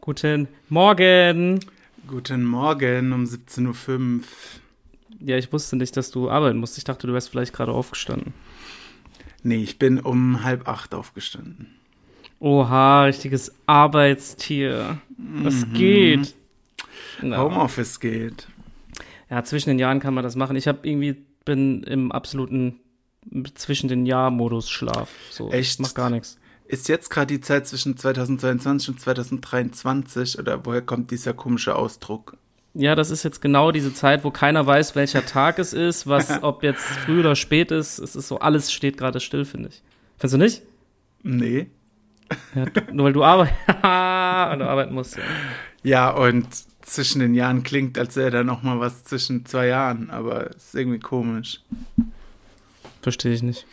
Guten Morgen. Guten Morgen um 17.05 Uhr. Ja, ich wusste nicht, dass du arbeiten musst. Ich dachte, du wärst vielleicht gerade aufgestanden. Nee, ich bin um halb acht aufgestanden. Oha, richtiges Arbeitstier. Was geht? Na. Homeoffice geht. Ja, zwischen den Jahren kann man das machen. Ich habe irgendwie bin im absoluten zwischen den Jahr-Modus Schlaf. So, Echt? Mach gar nichts. Ist jetzt gerade die Zeit zwischen 2022 und 2023 oder woher kommt dieser komische Ausdruck? Ja, das ist jetzt genau diese Zeit, wo keiner weiß, welcher Tag es ist, was, ob jetzt früh oder spät ist. Es ist so, alles steht gerade still, finde ich. Findest du nicht? Nee. Ja, du- nur weil du, arbeit und du arbeiten musst. Ja. Ja, und zwischen den Jahren klingt, als wäre da noch mal was zwischen zwei Jahren, aber ist irgendwie komisch. Verstehe ich nicht.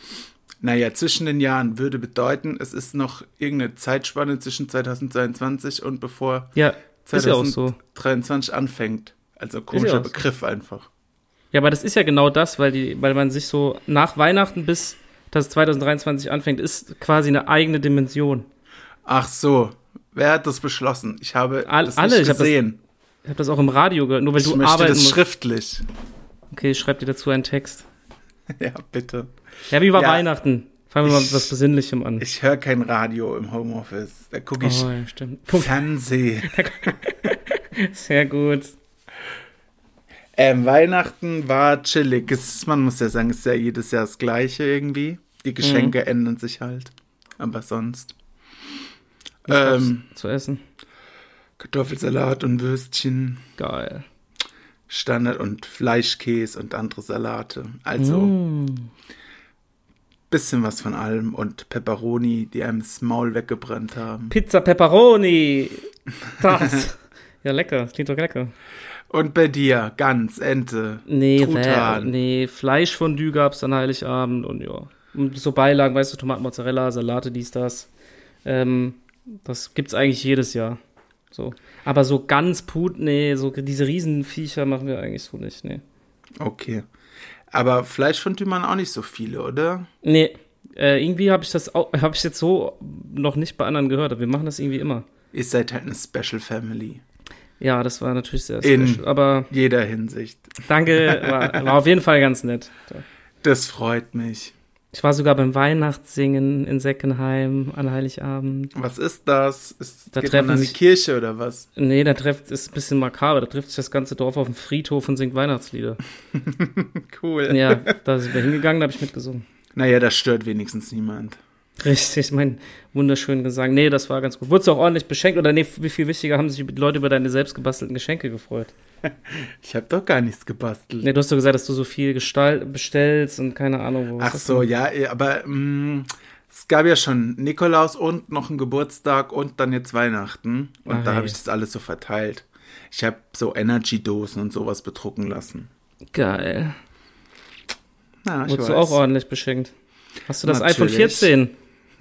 Naja, zwischen den Jahren würde bedeuten, es ist noch irgendeine Zeitspanne zwischen 2022 und bevor Ja, ist ja auch so. 2023 anfängt. Also komischer auch so. Begriff einfach. Ja, aber das ist ja genau das, weil, die, weil man sich so nach Weihnachten bis das 2023 anfängt, ist quasi eine eigene Dimension. Ach so, wer hat das beschlossen? Ich habe All- das alle, nicht ich habe das- gesehen. Ich habe das auch im Radio gehört, nur weil ich du möchte arbeiten das musst. schriftlich. Okay, ich schreib dir dazu einen Text. Ja, bitte. Ja, wie war Ja. Weihnachten? Fangen wir mal mit Ich- was Besinnlichem an. Ich höre kein Radio im Homeoffice. Da gucke ich oh, ja, stimmt. Punkt. Fernsehen. Sehr gut. Ähm, Weihnachten war chillig. Es, ist- man muss ja sagen, es ist ja jedes Jahr das Gleiche irgendwie. Mhm. Die Geschenke ändern sich halt. Aber sonst. Was Ähm, gab's zu essen. Kartoffelsalat und Würstchen, Geil. Standard und Fleischkäse und andere Salate. Also Mhm. bisschen was von allem und Pepperoni, die einem das Maul weggebrannt haben. Pizza Pepperoni. Das. ja, lecker. Das klingt doch lecker. Und bei dir, Gans, Ente, Nee, well, Truthahn. nee, Fleischfondue gab's dann Heiligabend und ja. Und so Beilagen, weißt du, Tomaten, Mozzarella, Salate, dies, das. Ähm, das gibt's eigentlich jedes Jahr. So. Aber so ganz put, nee, so diese Riesenviecher machen wir eigentlich so nicht, nee. Okay. Aber Fleisch von Tümann auch nicht so viele, oder? Nee, äh, irgendwie habe ich das auch, habe ich jetzt so noch nicht bei anderen gehört, aber wir machen das irgendwie immer. Ihr seid halt eine Special Family. Ja, das war natürlich sehr In- special, aber Jeder Hinsicht. danke, war, war auf jeden Fall ganz nett. Das freut mich. Ich war sogar beim Weihnachtssingen in Seckenheim an Heiligabend. Was ist das? Ist, Da geht man treffen an die sich- Kirche oder was? Nee, da trifft, ist ein bisschen makaber, da trifft sich das ganze Dorf auf dem Friedhof und singt Weihnachtslieder. Cool. Ja, da sind wir hingegangen, da habe ich mitgesungen. Naja, das stört wenigstens niemand. Richtig, mein wunderschönen Gesang. Nee, das war ganz gut. Wurdest du auch ordentlich beschenkt oder nee, wie viel wichtiger haben sich die Leute über deine selbst gebastelten Geschenke gefreut? Ich habe doch gar nichts gebastelt. Nee, du hast doch gesagt, dass du so viel Gestalt bestellst und keine Ahnung, wo Ach so, ja, eh, aber mm, es gab ja schon Nikolaus und noch einen Geburtstag und dann jetzt Weihnachten. Und da Ei. habe ich das alles so verteilt. Ich habe so Energy-Dosen und sowas bedrucken lassen. Geil. Na, ich Wurdest du weiß. auch ordentlich beschenkt? Hast du das iPhone Natürlich. 14?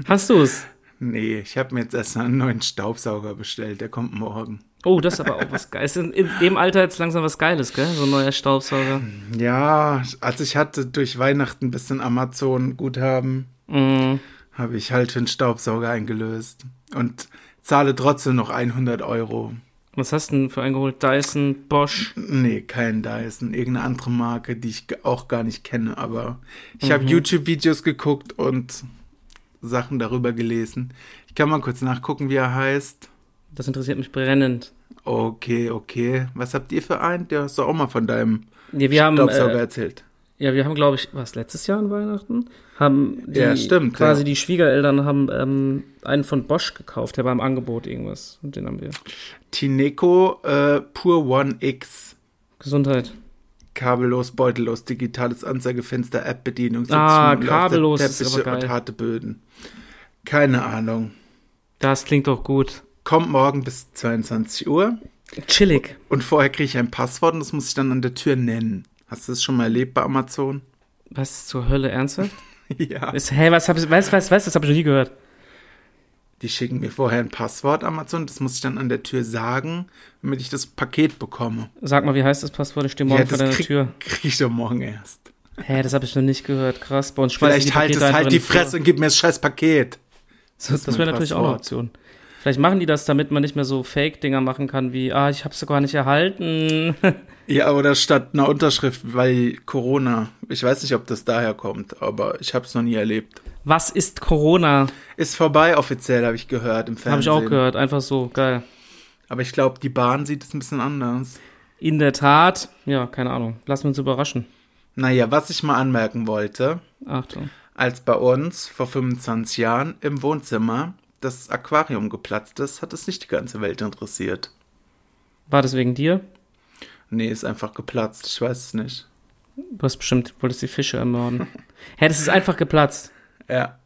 Hast du es? Nee, ich habe mir jetzt erst einen neuen Staubsauger bestellt. Der kommt morgen. Oh, das ist aber auch was Geiles. In, in dem Alter jetzt langsam was Geiles, gell? So ein neuer Staubsauger. Ja, also ich hatte durch Weihnachten ein bisschen Amazon-Guthaben. Mm. Habe ich halt für einen Staubsauger eingelöst. Und zahle trotzdem noch 100 Euro. Was hast du denn für einen geholt? Dyson, Bosch. Nee, kein Dyson. Irgendeine andere Marke, die ich ge- auch gar nicht kenne. Aber ich Mhm. habe YouTube-Videos geguckt und Sachen darüber gelesen. Ich kann mal kurz nachgucken, wie er heißt. Das interessiert mich brennend. Okay, okay. Was habt ihr für einen? Der hast du auch mal von deinem Nee, wir haben, Staubsauger äh, erzählt. ja, wir haben, glaube ich, was letztes Jahr an Weihnachten haben die, Ja, stimmt, quasi ja. die Schwiegereltern haben ähm, einen von Bosch gekauft. Der war im Angebot irgendwas und den haben wir. Tineco äh, Pure One X. Gesundheit. Kabellos, beutellos, digitales Anzeigefenster, App-Bedienung, Ah, Sitzungen, Laufzeit, kabellos ist Teppiche aber geil. und harte Böden. Keine Ahnung. Das klingt doch gut. Kommt morgen bis 22 Uhr Chillig. und vorher kriege ich ein Passwort und das muss ich dann an der Tür nennen. Hast du das schon mal erlebt bei Amazon? Was zur Hölle, ernsthaft? ja. Ist, hey, was hab ich, was, was, was, das habe ich noch nie gehört. Die schicken mir vorher ein Passwort Amazon, das muss ich dann an der Tür sagen, damit ich das Paket bekomme. Sag mal, wie heißt das Passwort? Ich stehe morgen ja, vor das deiner krieg, Tür. krieg ich doch morgen erst. Hä, das habe ich noch nicht gehört. Krass, bei uns schmeißen Vielleicht halt Pakete es einfach halt in die Flur. Fresse und gib mir das scheiß Paket. Das, ist wäre mein natürlich auch eine Passwort. Option. Vielleicht machen die das, damit man nicht mehr so Fake-Dinger machen kann wie, ah, ich hab's sogar nicht erhalten. Ja, oder statt einer Unterschrift, weil Corona. Ich weiß nicht, ob das daher kommt, aber ich hab's noch nie erlebt. Was ist Corona? Ist vorbei offiziell, habe ich gehört im Fernsehen. Habe ich auch gehört, einfach so, geil. Aber ich glaube, die Bahn sieht es ein bisschen anders. In der Tat, ja, keine Ahnung. Lassen wir uns überraschen. Naja, was ich mal anmerken wollte, Achtung. als bei uns vor 25 Jahren im Wohnzimmer das Aquarium geplatzt ist, hat es nicht die ganze Welt interessiert. War das wegen dir? Nee, ist einfach geplatzt, ich weiß es nicht. Du hast bestimmt, wolltest die Fische ermorden. Hä, das ist einfach geplatzt. Ja.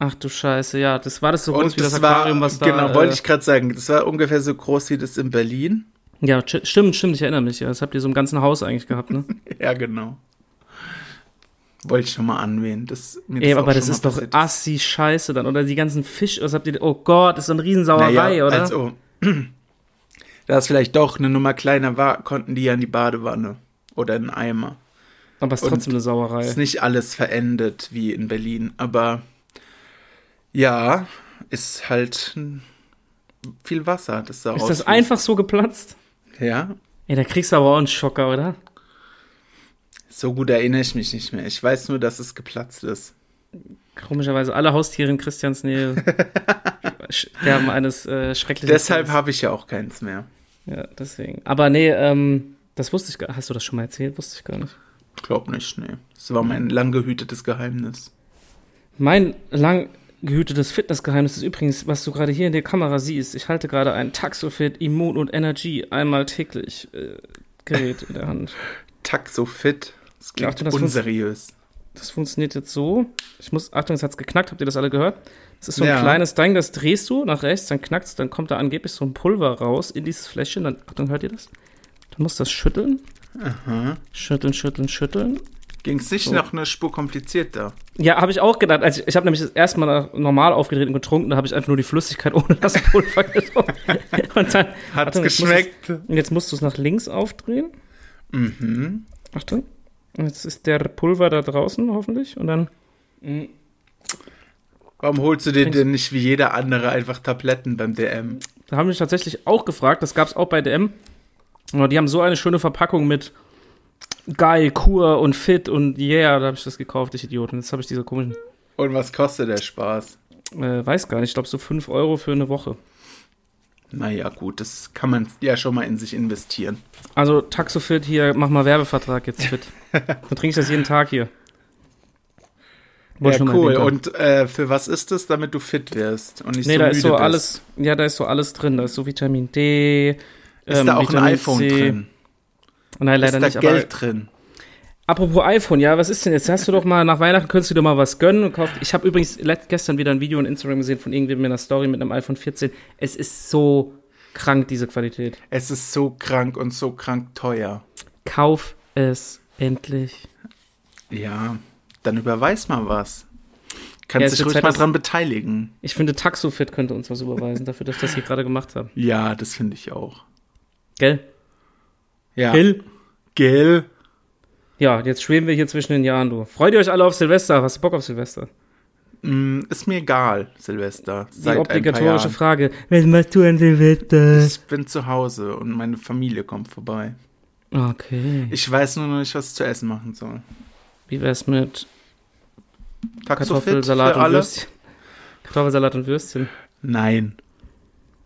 Ach du Scheiße, ja, das war das so groß Und wie das, das Aquarium, war, was da. genau, wollte äh, ich gerade sagen, das war ungefähr so groß wie das in Berlin. Ja, tsch- stimmt, stimmt, ich erinnere mich. Ja, das habt ihr so im ganzen Haus eigentlich gehabt, ne? Ja, genau. Wollte ich schon mal anwählen. Das, mir Ey, auch aber schon das mal ist doch passiert assi Scheiße dann. Oder die ganzen Fisch, was habt ihr, oh Gott, ist so eine Riesensauerei, Naja, oder? Also, da es vielleicht doch eine Nummer kleiner war, konnten die ja in die Badewanne oder in den Eimer. aber es ist und trotzdem eine Sauerei. Ist nicht alles verendet wie in Berlin, aber ja, ist halt hm, viel Wasser, das da Ist das ausfließt. einfach so geplatzt? Ja, Ey, da kriegst du aber auch einen Schocker, oder? so gut erinnere ich mich nicht mehr. Ich weiß nur, dass es geplatzt ist. Komischerweise, alle Haustiere in Christians Nähe sterben eines äh, schrecklichen. Deshalb Todes. habe ich ja auch keins mehr. Ja, deswegen. Aber nee, ähm, das wusste ich gar Hast du das schon mal erzählt? Wusste ich gar nicht. Glaub nicht, nee. Es war mein lang gehütetes Geheimnis. Mein lang gehütetes Fitnessgeheimnis ist übrigens, was du gerade hier in der Kamera siehst. Ich halte gerade ein Taxofit Immun und Energy einmal täglich äh, Gerät in der Hand. Taxofit. Das klingt Achtung, das unseriös. Das funktioniert jetzt so. Ich muss, Achtung, es hat's geknackt. Habt ihr das alle gehört? Es ist so ein Ja. kleines Ding, das drehst du nach rechts, dann knackt's, dann kommt da angeblich so ein Pulver raus in dieses Fläschchen. Dann, Achtung, hört ihr das? Dann musst du das schütteln. Aha. Schütteln, schütteln, schütteln. Ging es nicht So. noch eine Spur komplizierter? Ja, habe ich auch gedacht. Also ich ich habe nämlich das erste Mal normal aufgedreht und getrunken. Da habe ich einfach nur die Flüssigkeit ohne das Pulver getrunken. Und dann, Hat's Achtung, jetzt musst geschmeckt? du's- Und jetzt musst du es nach links aufdrehen. Mhm. Achtung. Und Jetzt ist der Pulver da draußen, hoffentlich. Und dann. Warum holst du dir Trinkst- denn nicht wie jeder andere einfach Tabletten beim DM? Da haben mich tatsächlich auch gefragt, das gab es auch bei DM. Aber die haben so eine schöne Verpackung mit geil, Kur und Fit und yeah, da habe ich das gekauft, ich Idiot. Und jetzt habe ich diese komischen, Und was kostet der Spaß? äh, weiß gar nicht, ich glaube so 5 Euro für eine Woche. Naja, gut, das kann man ja schon mal in sich investieren. Also Taxofit hier, mach mal Werbevertrag jetzt fit. Dann trinke ich das jeden Tag hier. Wollte ich ja, nur mal cool. erwähnt haben. Und äh, für was ist es, damit du fit wirst und nicht nee, so da müde ist so bist? alles, ja, da ist so alles drin. Da ist so Vitamin D. Ist ähm, da auch Vitamin ein iPhone C. drin? Nein, leider ist da nicht. aber- Geld drin? Apropos iPhone, ja, was ist denn jetzt? Hast du doch mal nach Weihnachten könntest du dir mal was gönnen und kauft. Ich habe übrigens let- gestern wieder ein Video on Instagram gesehen von irgendwem mit einer Story mit einem iPhone 14. Es ist so krank diese Qualität. Es ist so krank und so krank teuer. Kauf es endlich. Ja, dann überweis mal was. Ja, Kannst es dich wird ruhig Zeit, mal dass- dran beteiligen. Ich finde Taxofit könnte uns was überweisen dafür, dass ich das hier gerade gemacht habe. Ja, das finde ich auch. Gell? Ja. Gell? Gell? Ja, jetzt schweben wir hier zwischen den Jahren, du. Freut ihr euch alle auf Silvester? Hast du Bock auf Silvester? Mm, ist mir egal, Silvester. Die Seit ein paar obligatorische Jahren. Frage. Was machst du an Silvester? Ich bin zu Hause und meine Familie kommt vorbei. Okay. Ich weiß nur noch nicht, was ich zu essen machen soll. Wie wär's mit Taxofit für Kartoffelsalat und alle? Würstchen? Kartoffelsalat und Würstchen. Nein.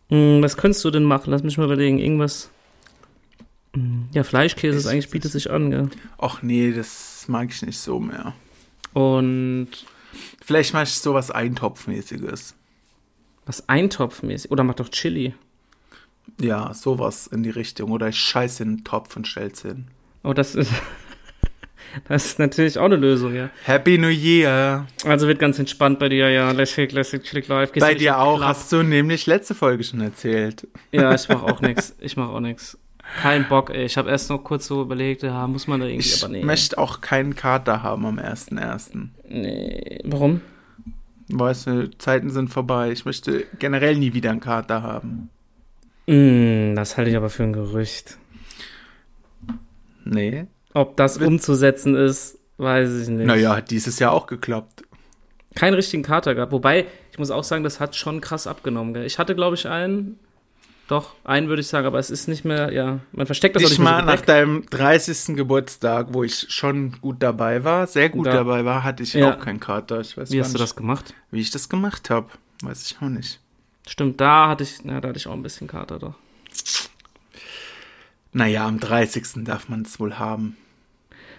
Hm, was könntest du denn machen? Lass mich mal überlegen. Irgendwas. Hm, Ja, Fleischkäse ist Ich- eigentlich bietet sich an, gell? Och nee, das mag ich nicht so mehr. Und Vielleicht mache ich sowas Eintopfmäßiges. was eintopfmäßig. Oder mach doch Chili. Ja, sowas in die Richtung. Oder ich scheiße in den Topf und stell's hin. Oh, das ist. Das ist natürlich auch eine Lösung, ja. Happy New Year! Also wird ganz entspannt bei dir, ja. Lässig, lässig, chillig live. Gehst Bei du- dir auch. Hast du nämlich letzte Folge schon erzählt. Ja, ich mach auch nix. Ich mach auch nix. Kein Bock, ey. Ich habe erst noch kurz so überlegt, ja, muss man da irgendwie, Ich aber nee. möchte auch keinen Kater haben am 1.1. nee. Warum? Weißt du, Zeiten sind vorbei. Ich möchte generell nie wieder einen Kater haben. Hm, das halte ich aber für ein Gerücht. Nee. Ob das Witz. umzusetzen ist, weiß ich nicht. Naja, hat dieses Jahr auch geklappt. keinen richtigen Kater gehabt. Wobei, ich muss auch sagen, das hat schon krass abgenommen. Gell? Ich hatte, glaube ich, einen. Doch, einen würde ich sagen, aber es ist nicht mehr, ja, man versteckt das auch Dich nicht mehr mal so gut nach weg. deinem 30. Geburtstag, wo ich schon gut dabei war, sehr gut Da- dabei war, hatte ich Ja. auch keinen Kater. Ich weiß Wie gar hast du nicht, das gemacht? wie ich das gemacht habe. Weiß ich auch nicht. Stimmt, da hatte ich, na, da hatte ich auch ein bisschen Kater doch. Naja, am 30. darf man es wohl haben.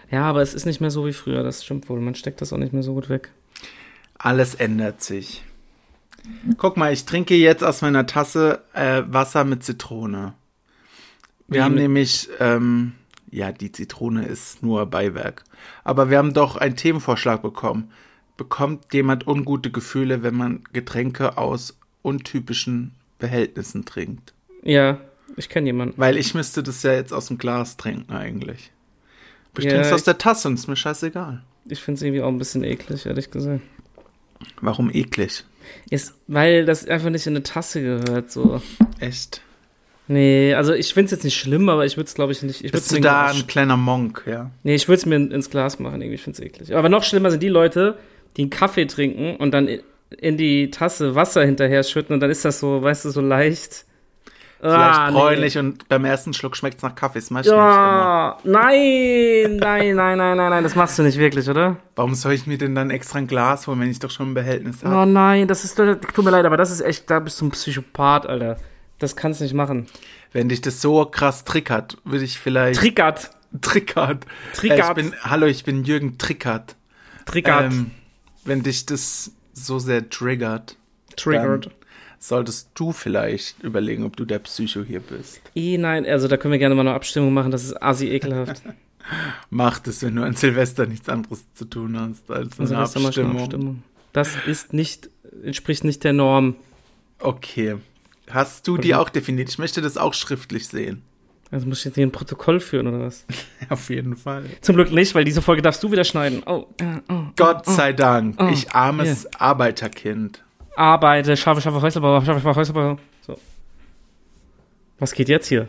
Ja, aber es ist nicht mehr so wie früher, das stimmt wohl. Man steckt das auch nicht mehr so gut weg. Alles ändert sich. Guck mal, ich trinke jetzt aus meiner Tasse äh, Wasser mit Zitrone. Wir Wie haben mit- nämlich, ähm, ja, die Zitrone ist nur Beiwerk. Aber wir haben doch einen Themenvorschlag bekommen. Bekommt jemand ungute Gefühle, wenn man Getränke aus untypischen Behältnissen trinkt? Ja, ich kenne jemanden. Weil ich müsste das ja jetzt aus dem Glas trinken eigentlich. Aber ich Ja, trinke es aus ich- der Tasse und ist mir scheißegal. Ich finde es irgendwie auch ein bisschen eklig, ehrlich gesagt. Warum eklig? Ist, weil das einfach nicht in eine Tasse gehört, so. Echt? Nee, also ich finde es jetzt nicht schlimm, aber ich würde es, glaube ich, nicht. Ich würd's Bist du mir da in- ein kleiner Monk, ja? Nee, ich würde es mir in- ins Glas machen, irgendwie. Ich finde es eklig. Aber noch schlimmer sind die Leute, die einen Kaffee trinken und dann i- in die Tasse Wasser hinterher schütten und dann ist das so, weißt du, so leicht. Vielleicht Ah, nee. bräunlich und beim ersten Schluck schmeckt es nach Kaffee. Das mach ich nicht immer. Ja, nein, nein, nein, nein, nein, nein, das machst du nicht wirklich, oder? Warum soll ich mir denn dann extra ein Glas holen, wenn ich doch schon ein Behältnis habe? Oh nein, das ist, tut mir leid, aber das ist echt, da bist du ein Psychopath, Alter. Das kannst du nicht machen. Wenn dich das so krass trickert, würde ich vielleicht... Trickert, trickert. Trickert. Äh, ich bin, hallo, ich bin Jürgen Trickert. trickert, Ähm, wenn dich das so sehr triggert, triggert. dann solltest du vielleicht überlegen, ob du der Psycho hier bist. Eh, nein, also da können wir gerne mal eine Abstimmung machen, das ist assi ekelhaft. Mach das, wenn du an Silvester nichts anderes zu tun hast als eine Also lass doch mal schnell Abstimmung. Abstimmung. Das ist nicht, entspricht nicht der Norm. Okay. Hast du die auch definiert? Ich möchte das auch schriftlich sehen. Also muss ich jetzt hier ein Protokoll führen oder was? Auf jeden Fall. Zum Glück nicht, weil diese Folge darfst du wieder schneiden. Oh, ja, oh. Gott sei Dank, oh, ich armes Arbeiterkind. Arbeite, schaffe, schaffe, Häuserbau, schaffe, schaffe, Häuserbau. So. Was geht jetzt hier?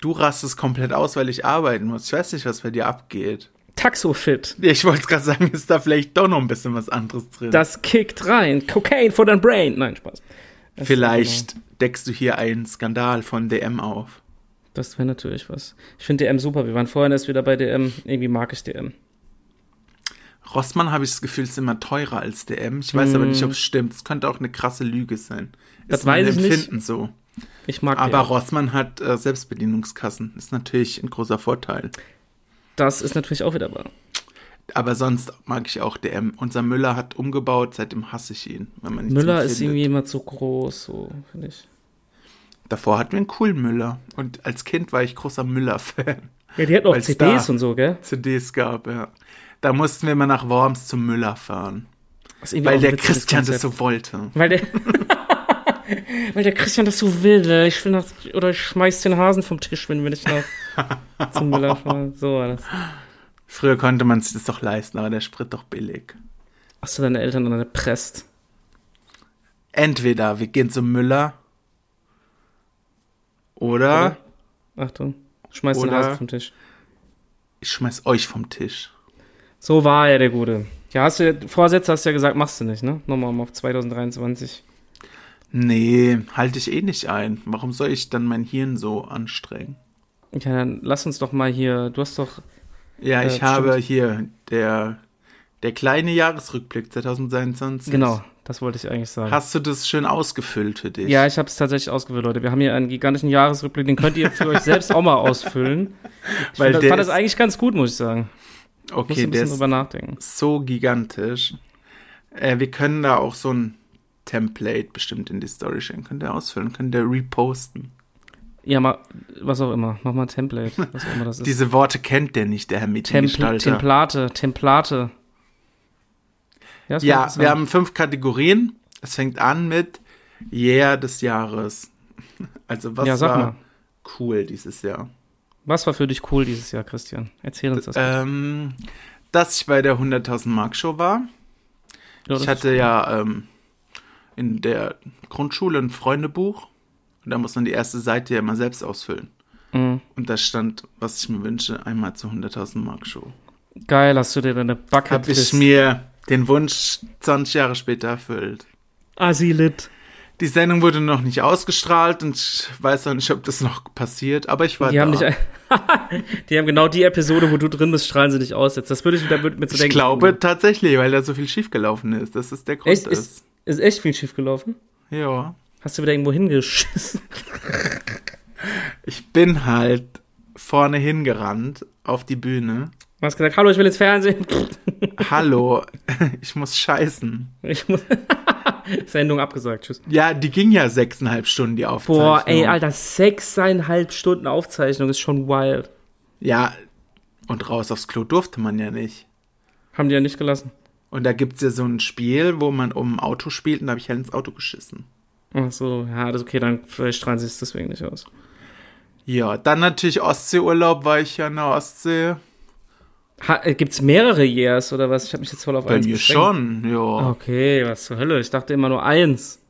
Du rastest komplett aus, weil ich arbeiten muss. Ich weiß nicht, was bei dir abgeht. Taxofit. Ich wollte gerade sagen, ist da vielleicht doch noch ein bisschen was anderes drin. Das kickt rein. Cocaine for dein Brain. Nein, Spaß. Das vielleicht genau. deckst du hier einen Skandal von DM auf. genau- Das wäre natürlich was. Ich finde DM super. Wir waren vorhin erst wieder bei DM. Irgendwie mag ich DM. Rossmann habe ich das Gefühl, ist immer teurer als DM. Ich weiß aber nicht, ob es stimmt. Es könnte auch eine krasse Lüge sein. Mm. Das ist mein weiß ich nicht. Empfinden so. Ich mag Aber DM. Rossmann hat äh, Selbstbedienungskassen. Ist natürlich ein großer Vorteil. Das ist natürlich auch wieder wahr. Aber sonst mag ich auch DM. Unser Müller hat umgebaut, seitdem hasse ich ihn. Wenn man nichts Müller mehr ist findet. irgendwie immer zu groß, so, finde ich. Davor hatten wir einen coolen Müller. Und als Kind war ich großer Müller-Fan. Ja, die hatten auch Weil's CDs da- und so, gell? CDs gab, ja. Da mussten wir mal nach Worms zum Müller fahren. Das ist irgendwie Weil auch ein der witziges Christian das Konzept. so wollte. Weil der. Weil der Christian das so will, ne? ich will nach, oder ich schmeiß den Hasen vom Tisch, wenn wir nicht nach zum Müller fahren. So war das. Früher konnte man sich das doch leisten, aber der Sprit doch billig. Hast du deine Eltern dann erpresst? Entweder wir gehen zum Müller oder Achtung, schmeiß den Oder- Hasen vom Tisch. ich schmeiß euch vom Tisch. So war er, der Gute. Ja, hast du, Vorsätze hast du ja gesagt, machst du nicht, ne? Nochmal um auf 2023. Nee, halte ich eh nicht ein. Warum soll ich dann mein Hirn so anstrengen? Ja, dann lass uns doch mal hier, du hast doch, Ja, Äh, ich stimmt. habe hier der, der kleine Jahresrückblick 2022. genau, das wollte ich eigentlich sagen. Hast du das schön ausgefüllt für dich? ja, ich habe es tatsächlich ausgewählt, Leute. Wir haben hier einen gigantischen Jahresrückblick, den könnt ihr für euch selbst auch mal ausfüllen. Ich Weil fand, der fand das ist- eigentlich ganz gut, muss ich sagen. Muss okay, ein der bisschen ist drüber nachdenken. so gigantisch. Äh, wir können da auch so ein Template bestimmt in die Story stellen. Könnt ihr ausfüllen, könnt ihr reposten. Ja, mal, was auch immer. Mach mal ein Template, was auch immer das ist. Diese Worte kennt der nicht, der Herr Templ Mietengestalter. Template, Template. Ja, das war ja, interessant. wir haben fünf Kategorien. Es fängt an mit Yeah des Jahres. Also was ja, sag war mal. cool dieses Jahr? Was war für dich cool dieses Jahr, Christian? Erzähl uns das. mal. Ähm, dass ich bei der 100.000 Mark Show war. Ja, das Ich hatte ja ähm, in der Grundschule ein Freundebuch. Und da muss man die erste Seite ja immer selbst ausfüllen. ist- Mhm. Und da stand, was ich mir wünsche, einmal zur 100.000 Mark Show. Geil, hast du dir deine Bucket Habe ich mir den Wunsch 20 Jahre später erfüllt. Asilit. Die Sendung wurde noch nicht ausgestrahlt und ich weiß auch nicht, ob das noch passiert, aber ich war Die da. haben, nicht, die haben genau die Episode, wo du drin bist, strahlen sie dich aus jetzt. Das würde ich da würde mir zu ich denken. glaube tatsächlich, weil da so viel schiefgelaufen ist, dass es der Grund echt, ist, ist echt viel schief gelaufen. Ja. Hast du wieder irgendwo hingeschissen? Ich bin halt vorne hingerannt auf die Bühne. Du hast gesagt, hallo, ich will ins Fernsehen. Hallo, ich muss scheißen. Ich muss Sendung abgesagt, tschüss. Ja, die ging ja sechseinhalb Stunden, die Aufzeichnung. Boah, ey, Alter, sechseinhalb Stunden Aufzeichnung ist schon wild. Ja, und raus aufs Klo durfte man ja nicht. Haben die ja nicht gelassen. Und da gibt's ja so ein Spiel, wo man um ein Auto spielt und da habe ich halt ins Auto geschissen. Ach so, ja, das okay, dann vielleicht strahlen sie es deswegen nicht aus. Ja, dann natürlich Ostseeurlaub, war ich ja in der Ostsee. Ha, äh, gibt's mehrere Years oder was? Ich habe mich jetzt voll auf Bei eins mir beschränkt. schon, Ah. ja. Okay, was zur Hölle? Ich dachte immer nur eins.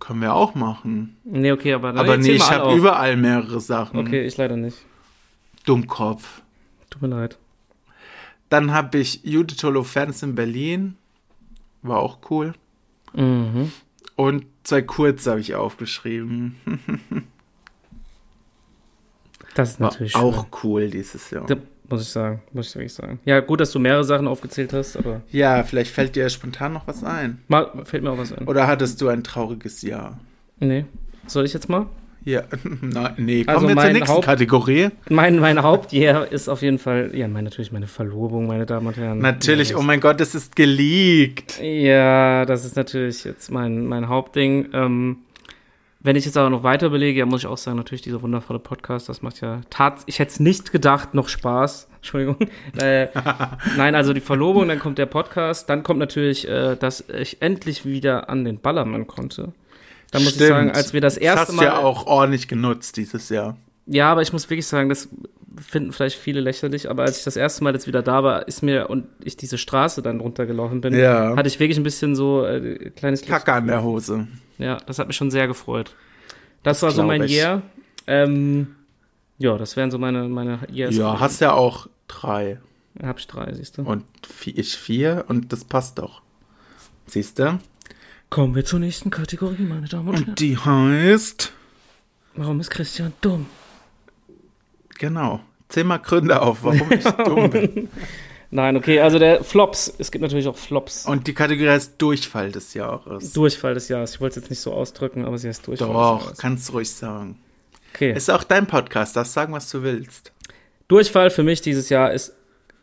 Können wir auch machen. Nee, okay, aber dann Aber jetzt nee, zähl ich mal alle habe auf. überall mehrere Sachen. Okay, ich leider nicht. Dummkopf. Tut mir leid. Dann habe ich Judith Holofernes in Berlin. War auch cool. Mhm. Und zwei Kurze habe ich aufgeschrieben. Das ist War natürlich auch schön. cool dieses Jahr. Da muss ich sagen, muss ich wirklich sagen. Ja, gut, dass du mehrere Sachen aufgezählt hast, aber Ja, vielleicht fällt dir spontan noch was ein. mal, fällt mir auch was ein. Oder hattest du ein trauriges Jahr? Nee. Soll ich jetzt mal? Ja, na, nee, kommen Also wir zur mein nächsten Haupt- Kategorie. Mein, mein Hauptjahr ist auf jeden Fall, ja, mein, natürlich meine Verlobung, meine Damen und Herren. Natürlich, ja, oh mein Gott, es ist geleakt. Ja, das ist natürlich jetzt mein, mein Hauptding. Ähm, wenn ich jetzt aber noch weiter belege, ja, muss ich auch sagen, natürlich dieser wundervolle Podcast, das macht ja tat, ich hätte es nicht gedacht, noch Spaß. Entschuldigung. Äh, nein, also die Verlobung, dann kommt der Podcast, dann kommt natürlich, äh, dass ich endlich wieder an den Ballermann konnte. Da muss ich Stimmt. sagen, als wir das erste hast Mal. du ja auch ordentlich genutzt dieses Jahr. Ja, aber ich muss wirklich sagen, das finden vielleicht viele lächerlich, aber als ich das erste Mal jetzt wieder da war, ist mir und ich diese Straße dann runtergelaufen bin, Ja. hatte ich wirklich ein bisschen so äh, kleines Glück. Kacke an der Hose. Ja, das hat mich schon sehr gefreut. Das, war so glaub mein ich. Jahr. Ähm, ja, das wären so meine, meine Years. ja, hast ja auch drei Hab ich drei, siehst du. und vi- ich vier und das passt doch. Siehst du? Kommen wir zur nächsten Kategorie, meine Damen und Herren. Und die heißt, Warum ist Christian dumm? genau, zehnmal Gründe auf, warum ich dumm bin. Nein, okay, also der Flops. Es gibt natürlich auch Flops. Und die Kategorie heißt Durchfall des Jahres. Durchfall des Jahres. Ich wollte es jetzt nicht so ausdrücken, aber sie heißt Durchfall des Doch, Jahres. kannst du ruhig sagen. Okay. Ist auch dein Podcast, darfst sagen, was du willst. Durchfall für mich dieses Jahr ist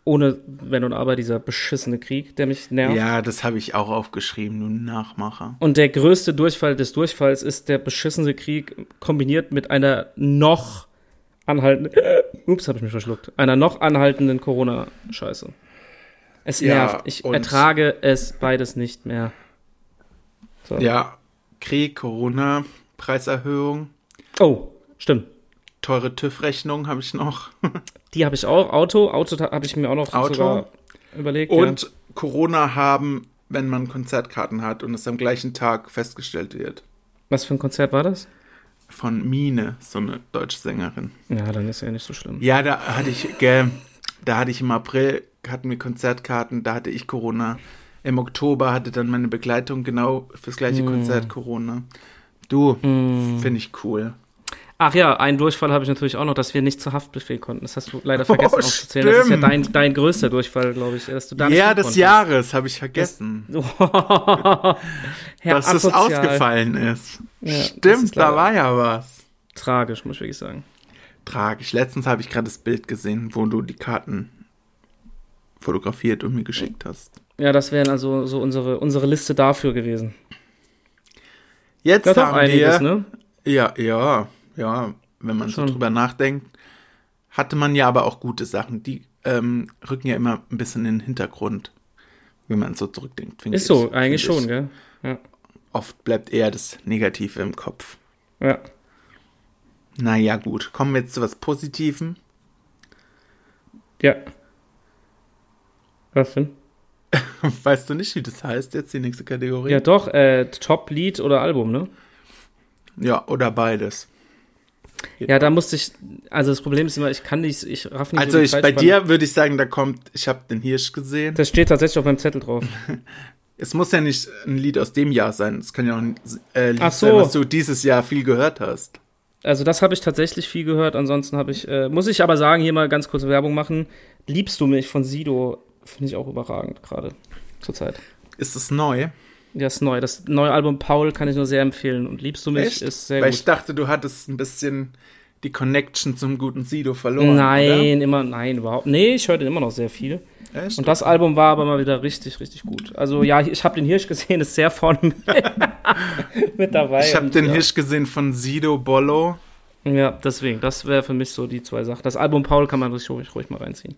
ohne Wenn und Aber dieser beschissene Krieg, der mich nervt. Ja, das habe ich auch aufgeschrieben, du Nachmacher. Und der größte Durchfall des Durchfalls ist der beschissene Krieg kombiniert mit einer noch anhaltenden, ups, habe ich mich verschluckt, einer noch anhaltenden Corona-Scheiße. Es Ja, nervt. Ich und- ertrage es beides nicht mehr. So. Ja, Krieg, Corona, Preiserhöhung, Oh, stimmt. teure TÜV-Rechnung habe ich noch. Die habe ich auch. Auto, Auto ta- habe ich mir auch noch Auto. sogar überlegt. Und Corona haben, wenn man Konzertkarten hat und es am gleichen Tag festgestellt wird. ja. Was für ein Konzert war das? Von Mine, so eine deutsche Sängerin. Ja, dann ist ja nicht so schlimm. Ja, da hatte ich, gell, da hatte ich im April, hatten wir Konzertkarten, da hatte ich Corona. Im Oktober hatte dann meine Begleitung genau Hm. fürs gleiche Konzert Corona. Du, finde ich cool. Ach ja, einen Durchfall habe ich natürlich auch noch, dass wir nicht zu Haftbefehl konnten. Das hast du leider vergessen Oh, aufzuzählen. Das ist ja stimmt. dein, dein größter Durchfall, glaube ich, dass du da nicht ja, hin des konntest. Jahres habe ich vergessen, Herr dass das asozial. ausgefallen ist. Ja, das Stimmt, ist da leider- war ja was. Tragisch, muss ich wirklich sagen. Tragisch. Letztens habe ich gerade das Bild gesehen, wo du die Karten fotografiert und mir geschickt hast. Ja, das wären also so unsere, unsere Liste dafür gewesen. Jetzt Das ist auch haben einiges, wir, ne? ja, ja, ja, wenn man Schon. so drüber nachdenkt, hatte man ja aber auch gute Sachen. Die ähm, rücken ja immer ein bisschen in den Hintergrund, wenn man so zurückdenkt. finde Ist so, ich, eigentlich finde schon, ich. gell? Ja. Oft bleibt eher das Negative im Kopf. ja. Naja, gut. Kommen wir jetzt zu was Positivem. Ja. Was denn? Weißt du nicht, wie das heißt? Jetzt die nächste Kategorie? Ja, doch, äh, Top-Lied oder Album, ne? ja oder beides. Ja, da musste ich, also das Problem ist immer, ich kann nicht, ich raff nicht Also die ich, bei Zeitspanne. dir würde ich sagen, da kommt, ich habe den Hirsch gesehen. Das steht tatsächlich auf meinem Zettel drauf. Es muss ja nicht ein Lied aus dem Jahr sein. Es kann ja auch ein äh, Lied Ach so. sein, was du dieses Jahr viel gehört hast. Also das habe ich tatsächlich viel gehört. Ansonsten habe ich, äh, muss ich aber sagen, hier mal ganz kurze Werbung machen. Liebst du mich von Sido? Finde ich auch überragend gerade zurzeit. Ist es neu? Das ist neu. Das neue Album Paul kann ich nur sehr empfehlen. Und Liebst du mich Echt? ist sehr Weil gut. ich dachte, du hattest ein bisschen die Connection zum guten Sido verloren. Nein, immer, nein, überhaupt. Nee, ich höre den immer noch sehr viel. Oder? Echt? Und das Album war aber mal wieder richtig, richtig gut. Also ja, ich habe den Hirsch gesehen, ist sehr vorne mit dabei. Ich habe Und, den ja. Hirsch gesehen von Sido Bollo. Ja, deswegen, das wäre für mich so die zwei Sachen. Das Album Paul kann man ruhig, ruhig, ruhig mal reinziehen.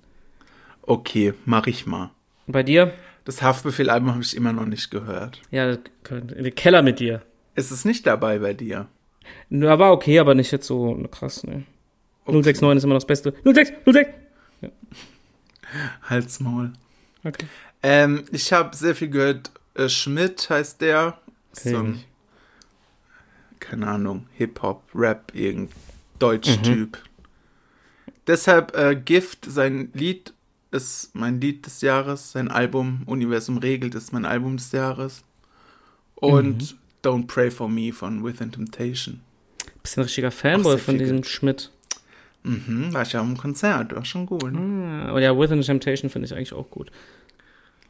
Okay, mach ich mal. Und bei dir? Das Haftbefehl-Album habe ich immer noch nicht gehört. Ja, in den Keller mit dir. Ist es nicht dabei bei dir? Na, war okay, aber nicht jetzt so krass, ne. Okay. 069 ist immer noch das Beste. 06, 06! Halsmaul. Okay. Ähm, ich habe sehr viel gehört. Äh, Schmidt heißt der. So ein- nicht. keine Ahnung, Hip-Hop, Rap, irgendein Deutsch-Typ. Deshalb äh, Gift, sein Lied ist mein Lied des Jahres, sein Album Universum regelt ist mein Album des Jahres. Und Don't Pray for Me von Within Temptation. Bist ein richtiger Ach, Fanboy sehr von viel diesem Schmidt. Mhm, war ich ja am Konzert, war schon gut. Ah, ja, Within Temptation finde ich eigentlich auch gut.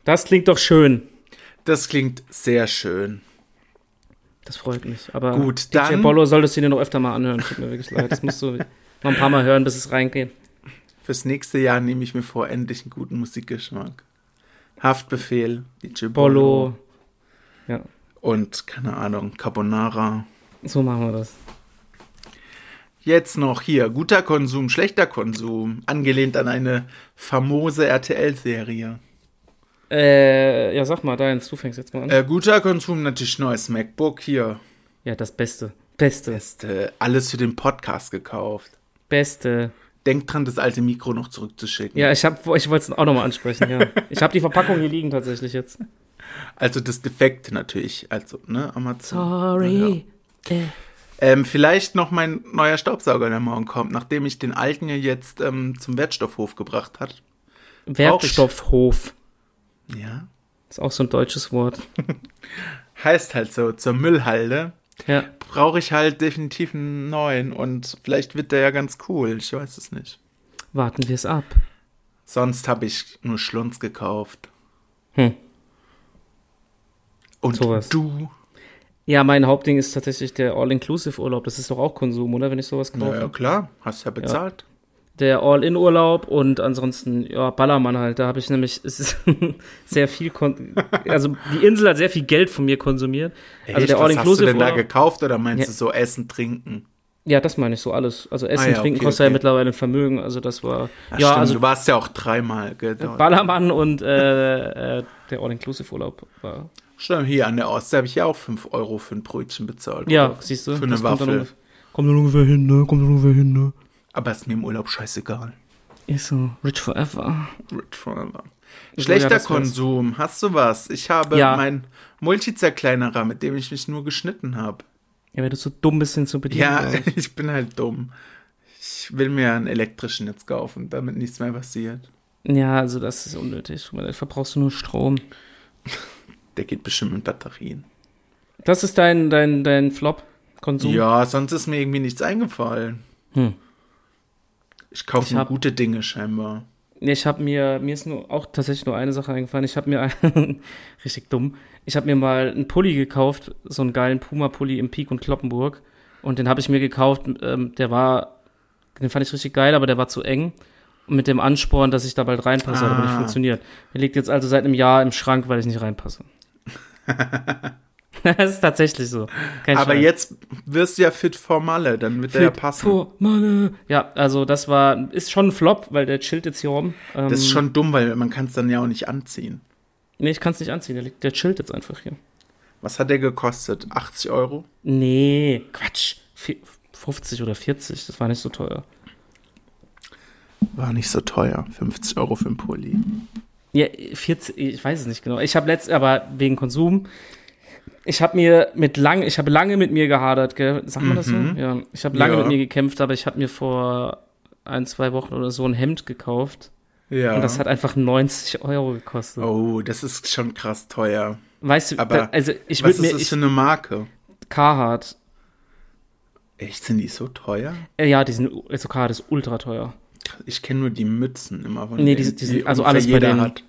Das klingt doch schön. Das klingt sehr schön. Das freut mich. Aber Gut, DJ dann- Bollo solltest du dir noch öfter mal anhören. Tut mir wirklich leid. Das musst du noch ein paar Mal hören, bis es reingeht. Fürs nächste Jahr nehme ich mir vor, endlich einen guten Musikgeschmack. Haftbefehl, DJ Bolo Bollo. Ja, und keine Ahnung, Carbonara. so machen wir das. Jetzt noch hier, guter Konsum, schlechter Konsum, angelehnt an eine famose RTL-Serie. Äh, ja, sag mal, deins, du fängst jetzt mal an. Äh, guter Konsum, natürlich neues MacBook hier. ja, das Beste. Beste. Ist äh, alles für den Podcast gekauft. Beste. Denkt dran, das alte Mikro noch zurückzuschicken. Ja, ich, hab- ich wollte es auch nochmal ansprechen, ja. Ich habe die Verpackung hier liegen tatsächlich jetzt. Also das Defekt natürlich, also ne, Amazon. Sorry. Ähm, vielleicht noch mein neuer Staubsauger, der morgen kommt, nachdem ich den alten ja jetzt ähm, zum Wertstoffhof gebracht hat. Werkstoffhof. Ja, Ist auch so ein deutsches Wort. heißt halt so zur Müllhalde. Ja. Brauche ich halt definitiv einen neuen und vielleicht wird der ja ganz cool. Ich weiß es nicht. Warten wir es ab. Sonst habe ich nur Schlunz gekauft. Hm. Und Sowas. du? Ja, mein Hauptding ist tatsächlich der All-Inclusive-Urlaub. Das ist doch auch Konsum, oder? Wenn ich sowas kaufe. Naja, klar, hast ja bezahlt. Der All-In-Urlaub und ansonsten, ja, Ballermann halt. Da habe ich nämlich es ist sehr viel, kon also die Insel hat sehr viel Geld von mir konsumiert. also Echt? der Was hast du denn da All-Inclusive-Urlaub. gekauft oder meinst Ja. du so Essen, Trinken? Ja, das meine ich so alles. Also Essen, Ah ja, Trinken okay, kostet ja okay. mittlerweile ein Vermögen. Also das war, Ach, ja, stimmt, also Äh, du warst ja auch dreimal, gell? dort. Ballermann und äh, äh, der All-Inclusive-Urlaub war. Stimmt, hier an der Ostsee habe ich ja auch 5 Euro für ein Brötchen bezahlt. Ja, oder? siehst du. Für eine das kommt dann Waffel. ungefähr- Kommt dann ungefähr hin, ne? Kommt dann ungefähr hin, ne? Aber ist mir im Urlaub scheißegal. Ist so. Rich Forever. Rich Forever. So, Schlechter ja, das wär's. Konsum. Hast du was? Ich habe Ja. meinen Multizerkleinerer, mit dem ich mich nur geschnitten habe. Ja, wenn du so dumm bist, ihn zu bedienen. ne? Ja, glaub ich. ich bin halt dumm. Ich will mir einen elektrischen jetzt kaufen, damit nichts mehr passiert. ja, also das ist unnötig. Tut mir leid, Verbrauchst du nur Strom. Der geht bestimmt mit Batterien. Das ist dein, dein, dein Flop-Konsum. Ja, sonst ist mir irgendwie nichts eingefallen. Hm. Ich kaufe Ich nur hab- gute Dinge scheinbar. Nee, Ich habe mir, mir ist nur auch tatsächlich nur eine Sache eingefallen. Ich habe mir einen, richtig dumm, ich habe mir mal einen Pulli gekauft, so einen geilen Puma-Pulli im Peak und Kloppenburg. Und den habe ich mir gekauft, ähm, der war, den fand ich richtig geil, aber der war zu eng. Und mit dem Ansporn, dass ich da bald reinpasse, hat aber nicht Ah. funktioniert. Der liegt jetzt also seit einem Jahr im Schrank, weil ich nicht reinpasse. das ist tatsächlich so. Kein Aber Scheiß. jetzt wirst du ja fit vor Malle, dann wird der ja Fit passen. vor Malle. Ja, also das war, ist schon ein Flop, weil der chillt jetzt hier rum. Ähm, Das ist schon dumm, weil man kann es dann ja auch nicht anziehen. Nee, ich kann es nicht anziehen. Der, liegt, der chillt jetzt einfach hier. Was hat der gekostet? 80 Euro? Nee, Quatsch. Vier- 50 oder 40, das war nicht so teuer. War nicht so teuer. 50 Euro für einen Pulli. Ja, 40, ich weiß es nicht genau. Ich habe letzt, aber wegen Konsum, ich habe mir mit lang, ich habe lange mit mir gehadert, gell? Sagt man das so? Mhm. Ja. Ich habe lange Ja. mit mir gekämpft, aber ich habe mir vor ein, zwei Wochen oder so ein Hemd gekauft. Ja. Und das hat einfach 90 Euro gekostet. oh, das ist schon krass teuer. Weißt du, Aber da, also ich würde Was ist mir das ich, für eine Marke? Carhartt. Echt, sind die so teuer? Äh, ja, die sind, also Carhartt ist ultra teuer. Ich kenne nur die Mützen immer von Nee, die denen, sind- die sind- also ungefähr alles bei jeder denen. hat.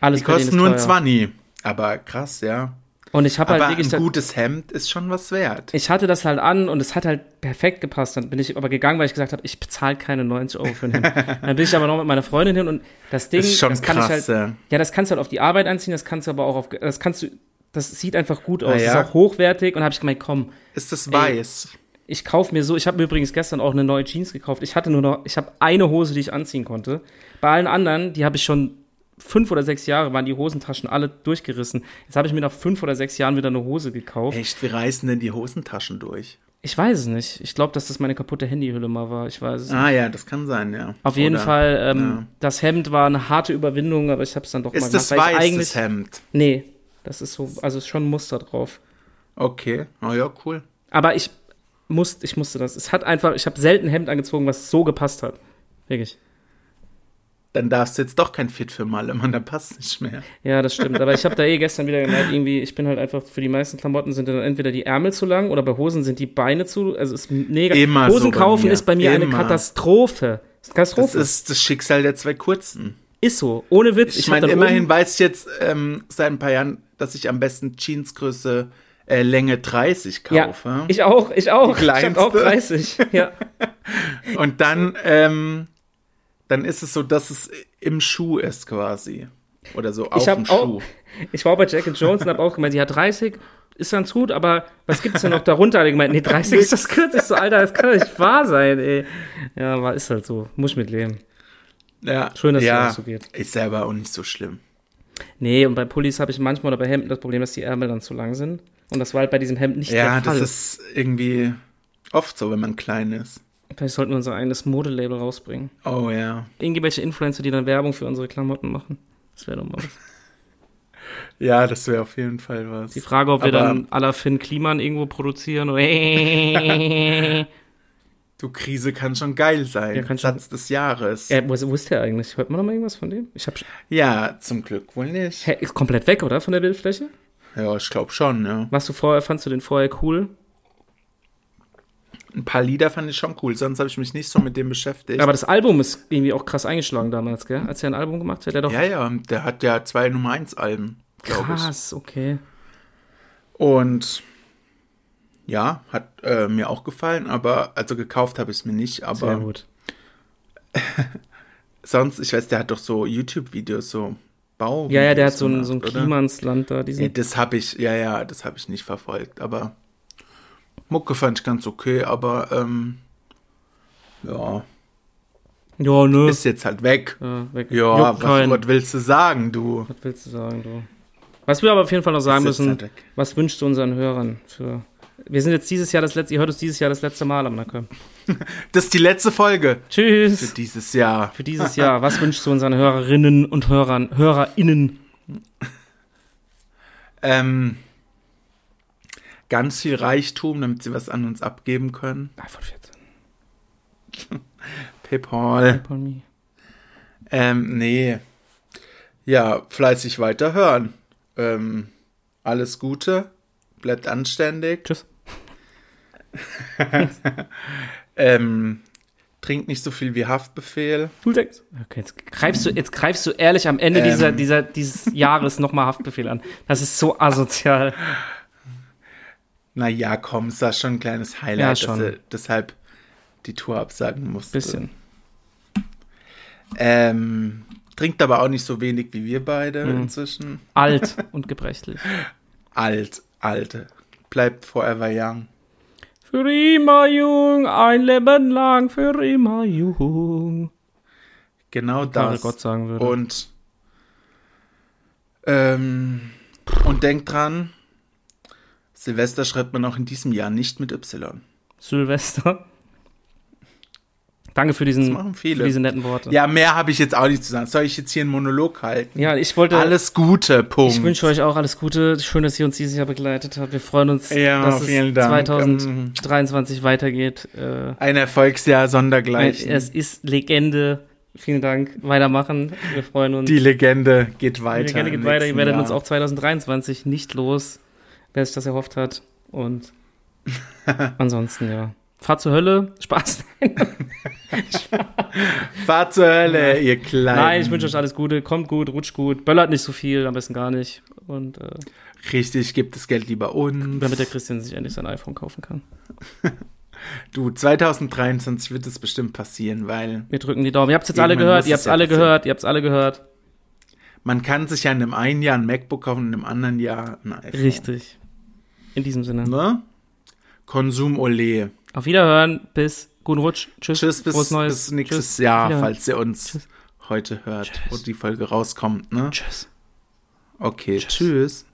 Alles Die bei denen kosten ist nur ein teuer. 20. Aber krass, ja. Und ich habe Aber halt wirklich ein da, gutes Hemd ist schon was wert. ich hatte das halt an und es hat halt perfekt gepasst. Dann bin ich aber gegangen, weil ich gesagt habe, ich bezahle keine 90 Euro für ein Hemd. dann bin ich aber noch mit meiner Freundin hin und das Ding, ist schon das kann krass. äh. ich halt, ja. ja, das kannst du halt auf die Arbeit anziehen, das kannst du aber auch auf, das kannst du, das sieht einfach gut aus, Ah, ja? ist auch hochwertig und habe ich gemeint, komm, ist das weiß? ich kaufe mir so, ich habe mir übrigens gestern auch eine neue Jeans gekauft. Ich hatte nur noch, ich habe eine Hose, die ich anziehen konnte. Bei allen anderen, die habe ich schon fünf oder sechs Jahre, waren die Hosentaschen alle durchgerissen. Jetzt habe ich mir nach fünf oder sechs Jahren wieder eine Hose gekauft. Echt, wie reißen denn die Hosentaschen durch? Ich weiß es nicht. Ich glaube, dass das meine kaputte Handyhülle mal war. Ich weiß es nicht. Ah ja, das kann sein, ja. Auf jeden Oder- Fall, ähm, ja. das Hemd war eine harte Überwindung, aber ich habe es dann doch mal Ist das gemacht. weil ich weiß, eigentlich, das Hemd? Nee, das ist so, also ist schon ein Muster drauf. Okay, oh ja, cool. Aber ich musste, ich musste das. Es hat einfach, ich habe selten ein Hemd angezogen, was so gepasst hat. Wirklich. Dann darfst du jetzt doch kein Fit für Malle, Mann, dann passt nicht mehr. Ja, das stimmt. Aber ich habe da eh gestern wieder gemerkt, irgendwie, ich bin halt einfach, für die meisten Klamotten sind dann entweder die Ärmel zu lang oder bei Hosen sind die Beine zu. Also ist mega. Immer so Hosen bei kaufen mir. ist bei mir eine Immer. Katastrophe. Ist eine Das Katastrophe. Ist, ist das Schicksal der zwei Kurzen. so. Ohne Witz. Ich hab meine, dann immerhin oben- weiß ich jetzt ähm, seit ein paar Jahren, dass ich am besten Jeansgröße äh, Länge 30 ja, kaufe. ich auch, ich auch. Die Ich hab auch kleinste. 30. Ja. Und dann, ähm, dann ist es so, dass es im Schuh ist quasi. Oder so auf Ich hab dem Schuh. auch- Ich war auch bei Jack and Jones und habe auch gemeint, die hat 30, ist ganz gut, aber was gibt's denn noch darunter? Hat er gemeint, nee, 30 ist das kürzeste, Alter, das kann doch nicht wahr sein, ey. Ja, war, ist halt so. Muss ich mitleben. Ja, Schön, dass es ja, dir auch so geht. Ist selber auch nicht so schlimm. Nee, und bei Pullis habe ich manchmal oder bei Hemden das Problem, dass die Ärmel dann zu lang sind. Und das war halt bei diesem Hemd nicht Ja, der Fall. das ist irgendwie oft so, wenn man klein ist. Vielleicht sollten wir unser eigenes Modelabel rausbringen. Oh ja. Irgendwelche Influencer, die dann Werbung für unsere Klamotten machen. Das wäre doch mal was. Ja, das wäre auf jeden Fall was. Die Frage, ob wir Aber- dann à la Finn Kliman irgendwo produzieren oder Du Krise kann schon geil sein. Ja, kann schon- Satz des Jahres. Ja. Ja, wo, ist, wo ist der eigentlich? Hört man noch mal irgendwas von dem? Ich hab. zum Glück wohl nicht. Hä, ist komplett weg, oder? Von der Bildfläche? Ja, ich glaube schon, ne? ja. Warst du vorher, fandst du den vorher cool? Ein paar Lieder fand ich schon cool, sonst habe ich mich nicht so mit dem beschäftigt. Aber das Album ist irgendwie auch krass eingeschlagen damals, gell? Als er ein Album gemacht hat, der doch ja, ja, der hat ja zwei Nummer 1 Alben, glaube ich. krass, okay. Und ja, hat äh, mir auch gefallen, aber also gekauft habe ich es mir nicht, Sehr aber gut. sonst, ich weiß, der hat doch so YouTube-Videos, so Bau. Ja, ja, der hat so ein, gemacht, so ein oder? Klimansland da, diesen Ja, das habe ich, ja, ja, das habe ich nicht verfolgt, aber Mucke fand ich ganz okay, aber ähm, ja, Ja, nö. ist jetzt halt weg. ne. ja, weg. Ja, Juckt was keinen. Gott willst du sagen, du? Was willst du sagen, du? Was wir aber auf jeden Fall noch sagen Ist jetzt müssen, halt weg. was wünschst du unseren Hörern für. Wir sind jetzt dieses Jahr das letzte, ihr hört uns dieses Jahr das letzte Mal am Nacken. Das ist die letzte Folge für Tschüss! dieses Jahr. Für dieses Jahr, was wünschst du unseren Hörerinnen und Hörern, HörerInnen? Ähm, ganz viel Reichtum, damit sie was an uns abgeben können. iPhone 14. PayPal. Upon me. Ähm, nee. Ja, fleißig weiterhören. Ähm, alles Gute. Bleibt anständig. Tschüss. Ähm, trinkt nicht so viel wie Haftbefehl. Schultext. Okay, jetzt greifst du, jetzt greifst du ehrlich am Ende Ähm. dieser, dieser, dieses Jahres nochmal Haftbefehl an. Das ist so asozial. Naja, komm, es war schon ein kleines Highlight, Ja, dass schon. er deshalb die Tour absagen musste. Bisschen. Ähm, trinkt aber auch nicht so wenig wie wir beide Mhm. inzwischen. Alt und gebrechlich. Alt, alte. Bleibt forever young. Für immer jung, ein Leben lang, für immer jung. Genau Karel das. Gott sagen würde. Und ähm, und denkt dran, Silvester schreibt man auch in diesem Jahr nicht mit Y. Silvester. Danke für, diesen, machen viele. für diese netten Worte. Ja, mehr habe ich jetzt auch nicht zu sagen. Soll ich jetzt hier einen Monolog halten? Ja, ich wollte. Alles Gute, Punkt. Äh, ich wünsche euch auch alles Gute. Schön, dass ihr uns dieses Jahr begleitet habt. Wir freuen uns, Ja, dass es vielen Dank. Ähm. 2023 weitergeht. Äh, Ein Erfolgsjahr sondergleichen. es ist Legende. Vielen Dank. Weitermachen. Wir freuen uns. Die Legende geht weiter. Die Legende im geht weiter. Ihr nächsten werdet Jahr. uns auch 2023 nicht los, wer sich das erhofft hat. Und ansonsten, ja. Fahrt zur Hölle. Spaß. Fahrt zur Hölle, ihr Kleinen. Nein, ich wünsche euch alles Gute. Kommt gut, rutscht gut. Böllert nicht so viel, am besten gar nicht. Und äh, Richtig, gebt das Geld lieber uns. damit der Christian sich endlich sein iPhone kaufen kann. Du, 2023 wird es bestimmt passieren, weil Wir drücken die Daumen. Ihr habt es jetzt alle Irgendwann gehört. muss Ihr habt es es ja alle passieren. gehört. Ihr habt es alle gehört. man kann sich ja in dem einen Jahr ein MacBook kaufen und im anderen Jahr ein iPhone. Richtig. In diesem Sinne. Ne? Konsum Ole. Auf Wiederhören. Bis. Guten Rutsch. Tschüss. Tschüss, bis, Frohes Neues. bis nächstes Tschüss. Jahr, Wiederhören. falls ihr uns Tschüss. heute hört, Tschüss. wo die Folge rauskommt. Ne? Tschüss. Okay, Tschüss. tschüss.